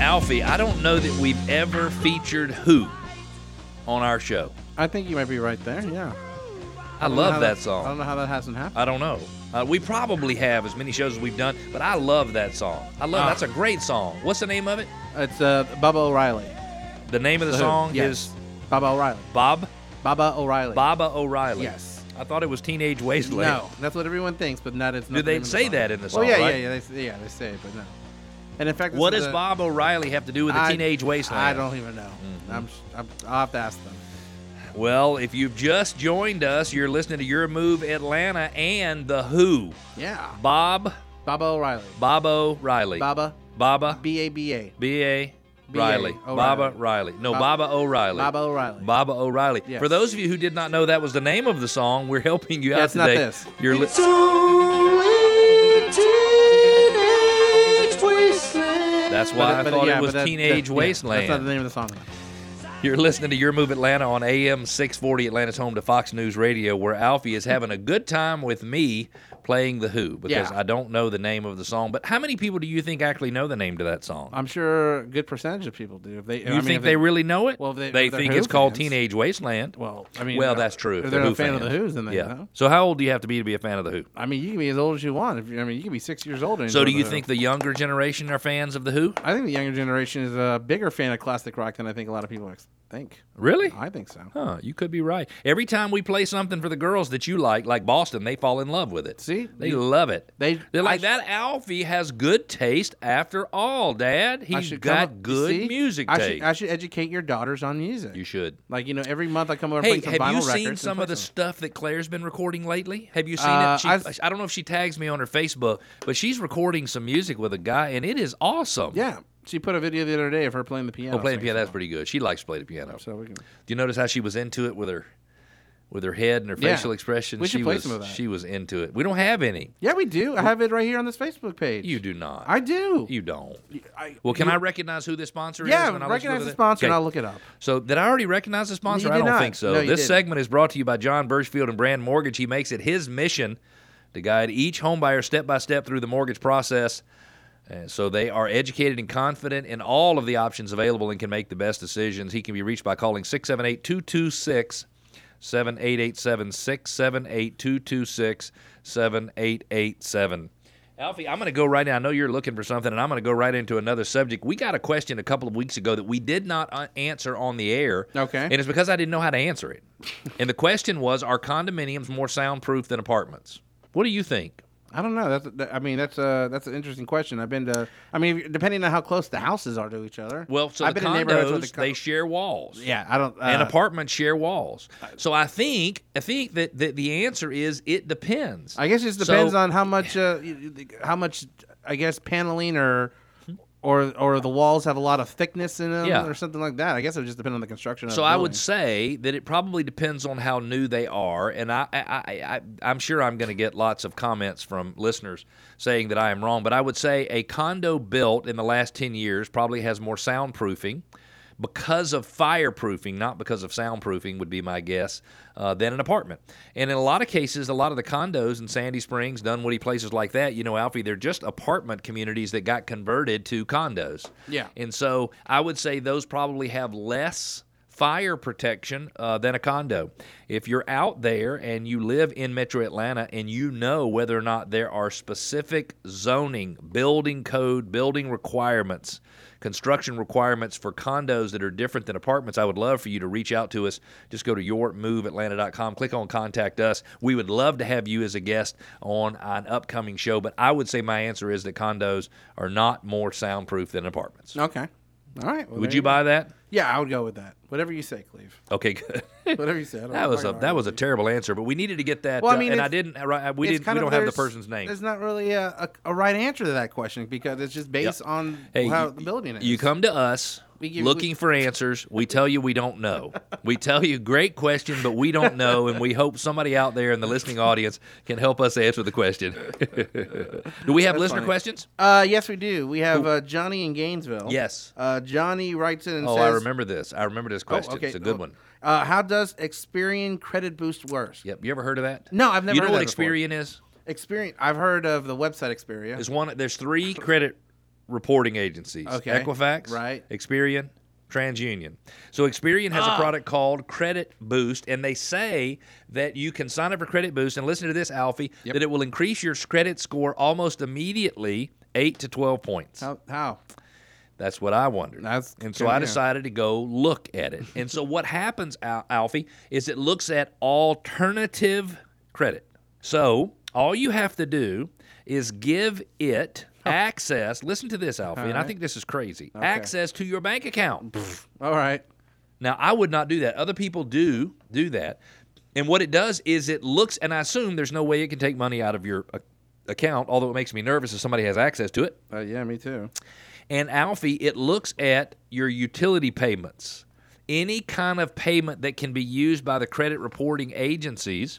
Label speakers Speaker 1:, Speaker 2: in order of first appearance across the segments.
Speaker 1: Alfie, I don't know that we've ever featured who on our show.
Speaker 2: I think you might be right there. Yeah.
Speaker 1: I
Speaker 2: don't know how
Speaker 1: love that song.
Speaker 2: I don't know how that hasn't happened.
Speaker 1: I don't know. Uh, we probably have as many shows as we've done, but I love that song. I love
Speaker 2: Ah.
Speaker 1: that's a great song. What's the name of it?
Speaker 2: It's uh, Bubba O'Reilly.
Speaker 1: The name of the
Speaker 2: Who?
Speaker 1: song
Speaker 2: Yes.
Speaker 1: is
Speaker 2: Bubba O'Reilly.
Speaker 1: Bob
Speaker 2: Baba O'Reilly.
Speaker 1: Baba O'Reilly.
Speaker 2: Yes.
Speaker 1: I thought it was Teenage Wasteland.
Speaker 2: No, that's what everyone thinks, but not it's. Not
Speaker 1: Do
Speaker 2: the
Speaker 1: they
Speaker 2: name of the
Speaker 1: say
Speaker 2: song.
Speaker 1: that in the
Speaker 2: Well,
Speaker 1: song,
Speaker 2: yeah,
Speaker 1: right?
Speaker 2: yeah, yeah, they, yeah. They say it, but no. And in fact, this
Speaker 1: What
Speaker 2: is
Speaker 1: does
Speaker 2: a-
Speaker 1: Bob O'Reilly have to do with the
Speaker 2: I-
Speaker 1: Teenage Wasteland? Mm-hmm.
Speaker 2: I don't even know. I'm, sh- I'm. I'll have to ask them.
Speaker 1: Well, if you've just joined us, you're listening to Your Move Atlanta and The Who.
Speaker 2: Yeah.
Speaker 1: Bob,
Speaker 2: Baba O'Reilly.
Speaker 1: Bob O'Reilly.
Speaker 2: Baba.
Speaker 1: Baba,
Speaker 2: B A B A.
Speaker 1: B.A.
Speaker 2: B.A.
Speaker 1: Riley.
Speaker 2: O'Reilly.
Speaker 1: Baba Riley. No,
Speaker 2: Bob-
Speaker 1: Baba O'Reilly.
Speaker 2: Baba O'Reilly.
Speaker 1: Baba O'Reilly.
Speaker 2: Yes.
Speaker 1: For those of you who did not know that was the name of the song, we're helping you
Speaker 2: Yeah,
Speaker 1: out
Speaker 2: it's not
Speaker 1: today.
Speaker 2: this.
Speaker 1: You're li- That's why I
Speaker 2: But- but
Speaker 1: thought
Speaker 2: yeah,
Speaker 1: it was
Speaker 2: but that-
Speaker 1: Teenage
Speaker 2: that- yeah,
Speaker 1: Wasteland.
Speaker 2: that's not the name of the song. though.
Speaker 1: You're listening to Your Move Atlanta on AM 640 Atlanta's home to Fox News Radio, where Alfie is having a good time with me playing The Who because
Speaker 2: Yeah.
Speaker 1: I don't know the name of the song. But how many people do you think actually know the name to that song?
Speaker 2: I'm sure a good percentage of people do. If they,
Speaker 1: you think they, really know it?
Speaker 2: Well, if they- if they're
Speaker 1: think
Speaker 2: Who
Speaker 1: it's called
Speaker 2: fans.
Speaker 1: Teenage Wasteland.
Speaker 2: Well, I mean,
Speaker 1: well,
Speaker 2: uh,
Speaker 1: that's true.
Speaker 2: If
Speaker 1: they're
Speaker 2: they're
Speaker 1: Who
Speaker 2: a fan of the
Speaker 1: fans.
Speaker 2: Who's, then they
Speaker 1: yeah.
Speaker 2: know.
Speaker 1: So how old do you have to be to be a fan of The Who?
Speaker 2: I mean, you can be as old as you want. If you, I mean, you can be six years old. And
Speaker 1: So
Speaker 2: enjoy
Speaker 1: do you
Speaker 2: the Who.
Speaker 1: think the younger generation are fans of The Who?
Speaker 2: I think the younger generation is a bigger fan of classic rock than I think a lot of people ex- think.
Speaker 1: Really?
Speaker 2: I think so.
Speaker 1: Huh, you could be right. Every time we play something for the girls that you like, like Boston, they fall in love with it.
Speaker 2: See?
Speaker 1: They love it.
Speaker 2: They-
Speaker 1: They're like,
Speaker 2: I-
Speaker 1: that Alfie has good taste after all, Dad.
Speaker 2: I
Speaker 1: He's
Speaker 2: should come
Speaker 1: got
Speaker 2: up- you
Speaker 1: good
Speaker 2: see?
Speaker 1: music
Speaker 2: I
Speaker 1: taste.
Speaker 2: should, I should educate your daughters on music.
Speaker 1: you should.
Speaker 2: Like you know, every month I come over and
Speaker 1: Hey,
Speaker 2: bring some
Speaker 1: have
Speaker 2: vinyl
Speaker 1: you
Speaker 2: records.
Speaker 1: seen
Speaker 2: and
Speaker 1: some
Speaker 2: play
Speaker 1: of the stuff that Claire's been recording lately? Have you seen
Speaker 2: Uh,
Speaker 1: it? She,
Speaker 2: I've-
Speaker 1: I don't know if she tags me on her Facebook, but she's recording some music with a guy, and it is awesome.
Speaker 2: Yeah, she put a video the other day of her playing the piano.
Speaker 1: Oh, playing
Speaker 2: so-
Speaker 1: piano, that's pretty good. She likes to play the piano.
Speaker 2: So we can.
Speaker 1: Do you notice how she was into it with her, with her head and her
Speaker 2: Yeah.
Speaker 1: facial expression?
Speaker 2: We should
Speaker 1: she
Speaker 2: play
Speaker 1: was,
Speaker 2: some of that.
Speaker 1: she was into it. We don't have any.
Speaker 2: Yeah, we do. I have it right here on this Facebook page.
Speaker 1: You do not.
Speaker 2: I do.
Speaker 1: You don't.
Speaker 2: I,
Speaker 1: Well, can I recognize who the sponsor is?
Speaker 2: Yeah,
Speaker 1: when I let you
Speaker 2: recognize
Speaker 1: look
Speaker 2: the
Speaker 1: at it?
Speaker 2: sponsor and
Speaker 1: Okay.
Speaker 2: I'll look it up.
Speaker 1: So, did I already recognize the sponsor?
Speaker 2: You
Speaker 1: I
Speaker 2: did
Speaker 1: don't
Speaker 2: not.
Speaker 1: think so.
Speaker 2: No, you
Speaker 1: this
Speaker 2: didn't.
Speaker 1: segment is brought to you by John Birchfield and Brand Mortgage. He makes it his mission to guide each homebuyer step by step through the mortgage process. And so they are educated and confident in all of the options available and can make the best decisions. He can be reached by calling 678 226 7887 678 226 7887. Alfie, I'm going to go right now. I know you're looking for something, and I'm going to go right into another subject. We got a question a couple of weeks ago that we did not uh, answer on the air.
Speaker 2: Okay.
Speaker 1: And it's because I didn't know how to answer it. and the question was Are condominiums more soundproof than apartments? What do you think?
Speaker 2: I don't know. That's that, I mean that's a that's an interesting question. I've been to. I mean, if- depending on how close the houses are to each other.
Speaker 1: Well, so
Speaker 2: I've
Speaker 1: the
Speaker 2: been in neighborhoods with
Speaker 1: condos,
Speaker 2: the co-
Speaker 1: they share walls.
Speaker 2: yeah, I don't. Uh,
Speaker 1: and apartments share walls. So I think I think that, that the answer is it depends.
Speaker 2: I guess it just
Speaker 1: So-
Speaker 2: depends on how much uh, you- you- how much I guess paneling or. Or, or the walls have a lot of thickness in them,
Speaker 1: Yeah.
Speaker 2: or something like that. I guess it would just depend on the construction. of
Speaker 1: So
Speaker 2: the
Speaker 1: I would
Speaker 2: building.
Speaker 1: say that it probably depends on how new they are, and I, I, I, I I'm sure I'm going to get lots of comments from listeners saying that I am wrong, but I would say a condo built in the last ten years probably has more soundproofing. Because of fireproofing, not because of soundproofing, would be my guess, uh, than an apartment. And in a lot of cases, a lot of the condos in Sandy Springs, Dunwoody, places like that, you know, Alfie, they're just apartment communities that got converted to condos.
Speaker 2: Yeah.
Speaker 1: And so I would say those probably have less fire protection uh, than a condo. If you're out there and you live in metro Atlanta and you know whether or not there are specific zoning, building code, building requirements, construction requirements for condos that are different than apartments, I would love for you to reach out to us. Just go to yourmoveatlanta.com, click on contact us. We would love to have you as a guest on an upcoming show, but I would say my answer is that condos are not more soundproof than apartments.
Speaker 2: Okay. All right. well,
Speaker 1: Would
Speaker 2: there
Speaker 1: you buy that?
Speaker 2: Yeah, I would go with that. Whatever you say, Cleve.
Speaker 1: Okay, good.
Speaker 2: Whatever you say. I don't-
Speaker 1: that was
Speaker 2: I'm
Speaker 1: a
Speaker 2: not
Speaker 1: that
Speaker 2: gonna
Speaker 1: was a terrible answer, but we needed to get that.
Speaker 2: Well, I
Speaker 1: uh,
Speaker 2: mean,
Speaker 1: and I
Speaker 2: it's-
Speaker 1: didn't. Right, we
Speaker 2: argue. It's
Speaker 1: didn't.
Speaker 2: kind
Speaker 1: We
Speaker 2: of-
Speaker 1: don't have the
Speaker 2: there's-
Speaker 1: person's name.
Speaker 2: There's not really a, a, a right answer to that question because it's just based on
Speaker 1: Hey,
Speaker 2: how
Speaker 1: you-
Speaker 2: the building is.
Speaker 1: You come to us
Speaker 2: We give-
Speaker 1: looking for answers. We tell you we don't know. we tell you great question, but we don't know, and we hope somebody out there in the listening audience can help us answer the question. Do we have listener
Speaker 2: funny.
Speaker 1: questions?
Speaker 2: Uh, yes, we do. We have uh, Johnny in Gainesville.
Speaker 1: Yes.
Speaker 2: Uh, Johnny writes in and
Speaker 1: Oh,
Speaker 2: says,
Speaker 1: I remember this. I remember this
Speaker 2: Oh,
Speaker 1: question.
Speaker 2: okay.
Speaker 1: It's a good
Speaker 2: Oh.
Speaker 1: one.
Speaker 2: Uh, how does Experian Credit Boost work?
Speaker 1: Yep. You ever heard of that?
Speaker 2: No, I've never
Speaker 1: You know
Speaker 2: heard
Speaker 1: what
Speaker 2: that before.
Speaker 1: Experian is?
Speaker 2: Experian. I've heard of the website Experia.
Speaker 1: There's one. There's three credit reporting agencies.
Speaker 2: Okay.
Speaker 1: Equifax,
Speaker 2: Right.
Speaker 1: Experian, TransUnion. So Experian has a product called Credit Boost, and they say that you can sign up for Credit Boost and listen to this, Alfie, that it will increase your credit score almost immediately, eight to twelve points.
Speaker 2: How? How?
Speaker 1: That's what I wondered.
Speaker 2: That's-
Speaker 1: and so I
Speaker 2: yeah.
Speaker 1: decided to go look at it. And so what happens, Al- Alfie, is it looks at alternative credit. So all you have to do is give it access. Listen to this, Alfie, and I think this is crazy. Access to your bank account.
Speaker 2: All right.
Speaker 1: Now, I would not do that. Other people do do that. And what it does is it looks, and I assume there's no way it can take money out of your uh, account, although it makes me nervous if somebody has access to it.
Speaker 2: Uh, yeah, me too.
Speaker 1: And Alfie, it looks at your utility payments, any kind of payment that can be used by the credit reporting agencies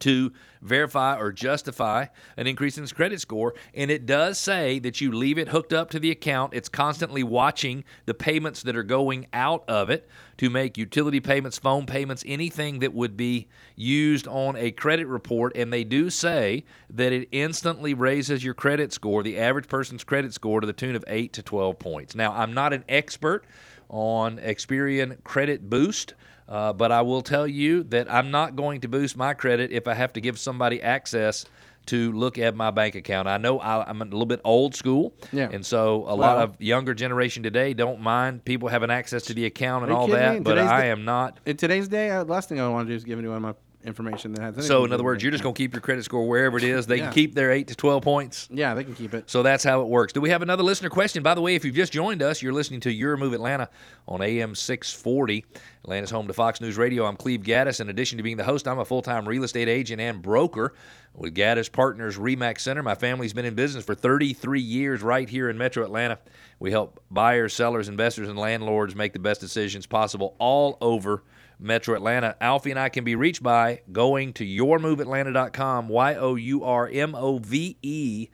Speaker 1: to verify or justify an increase in its credit score. And it does say that you leave it hooked up to the account. It's constantly watching the payments that are going out of it to make utility payments, phone payments, anything that would be used on a credit report. And they do say that it instantly raises your credit score, the average person's credit score, to the tune of 8 to 12 points. Now, I'm not an expert on Experian Credit Boost. Uh, but I will tell you that I'm not going to boost my credit if I have to give somebody access to look at my bank account. I know I, I'm a little bit old school,
Speaker 2: Yeah.
Speaker 1: and so a lot of younger generation today don't mind people having access to the account and
Speaker 2: Are you
Speaker 1: all
Speaker 2: kidding
Speaker 1: that.
Speaker 2: me?
Speaker 1: But
Speaker 2: Today's
Speaker 1: I
Speaker 2: the-
Speaker 1: am not.
Speaker 2: In today's day, uh, last thing I want to do is give anyone my information that has. anything
Speaker 1: So
Speaker 2: to
Speaker 1: in
Speaker 2: do
Speaker 1: other
Speaker 2: with
Speaker 1: words,
Speaker 2: me.
Speaker 1: you're just going to keep your credit score wherever it is. They
Speaker 2: Yeah.
Speaker 1: can keep their eight to twelve points.
Speaker 2: Yeah, they can keep it.
Speaker 1: So that's how it works. Do we have another listener question? By the way, if you've just joined us, you're listening to Your Move Atlanta on AM 640. Atlanta's home to Fox News Radio. I'm Cleve Gaddis. In addition to being the host, I'm a full time real estate agent and broker with Gaddis Partners Remax Center. My family's been in business for 33 years right here in Metro Atlanta. We help buyers, sellers, investors, and landlords make the best decisions possible all over Metro Atlanta. Alfie and I can be reached by going to yourmoveatlanta.com, Y O U R M O V E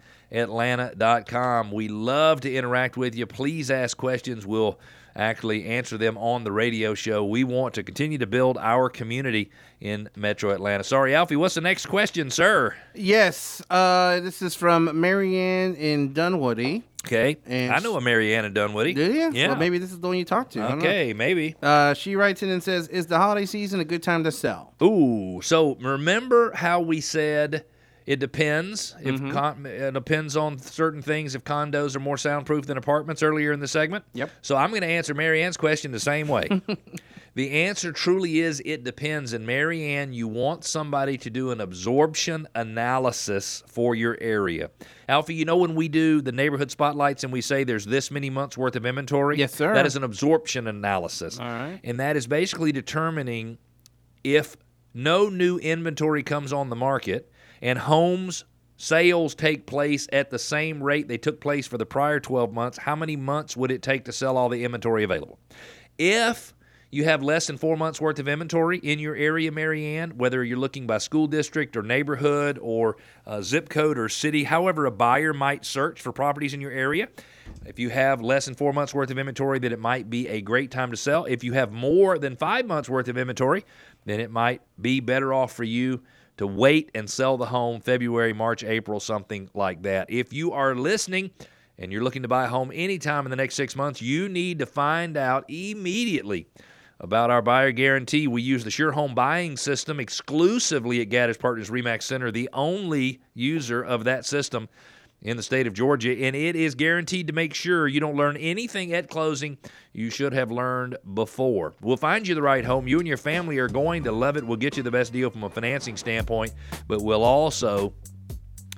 Speaker 1: Atlanta.com. We love to interact with you. Please ask questions. We'll actually answer them on the radio show. We want to continue to build our community in Metro Atlanta. Sorry, Alfie, what's the next question, sir?
Speaker 2: Yes. Uh, this is from Marianne in Dunwoody.
Speaker 1: Okay.
Speaker 2: And-
Speaker 1: I know a Mariana Dunwoody.
Speaker 2: Did you?
Speaker 1: Yeah.
Speaker 2: Well, maybe this is the one you talked to. I don't know.
Speaker 1: Okay, maybe.
Speaker 2: Uh, she writes in and says, "Is the holiday season a good time to sell?"
Speaker 1: Ooh, so remember how we said it depends if
Speaker 2: Mm-hmm.
Speaker 1: con- it depends on certain things if condos are more soundproof than apartments earlier in the segment.
Speaker 2: Yep.
Speaker 1: So I'm going to answer Marianne's question the same way. the answer truly is it depends and Marianne you want somebody to do an absorption analysis for your area. Alfie, you know when we do the neighborhood spotlights and we say there's this many months worth of inventory?
Speaker 2: Yes, sir.
Speaker 1: That is an absorption analysis.
Speaker 2: All right.
Speaker 1: And that is basically determining if no new inventory comes on the market and homes sales take place at the same rate they took place for the prior 12 months, how many months would it take to sell all the inventory available? If you have less than four months worth of inventory in your area, Marianne, whether you're looking by school district or neighborhood or uh, zip code or city, however, a buyer might search for properties in your area. If you have less than four months worth of inventory, then it might be a great time to sell. If you have more than five months worth of inventory, then it might be better off for you to wait and sell the home February, March, April, something like that. If you are listening and you're looking to buy a home anytime in the next six months, you need to find out immediately about our buyer guarantee. We use the Sure Home Buying System exclusively at Gaddis Partners Remax Center, the only user of that system in the state of Georgia, and it is guaranteed to make sure you don't learn anything at closing you should have learned before. We'll find you the right home. You and your family are going to love it. We'll get you the best deal from a financing standpoint, but we'll also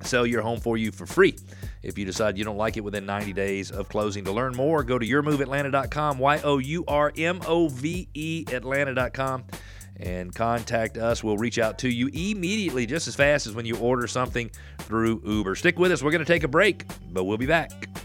Speaker 1: sell your home for you for free. If you decide you don't like it within 90 days of closing, to learn more, go to yourmoveatlanta.com, Y O U R M O V E Atlanta.com, and contact us. We'll reach out to you immediately, just as fast as when you order something through Uber. Stick with us. We're going to take a break, but we'll be back.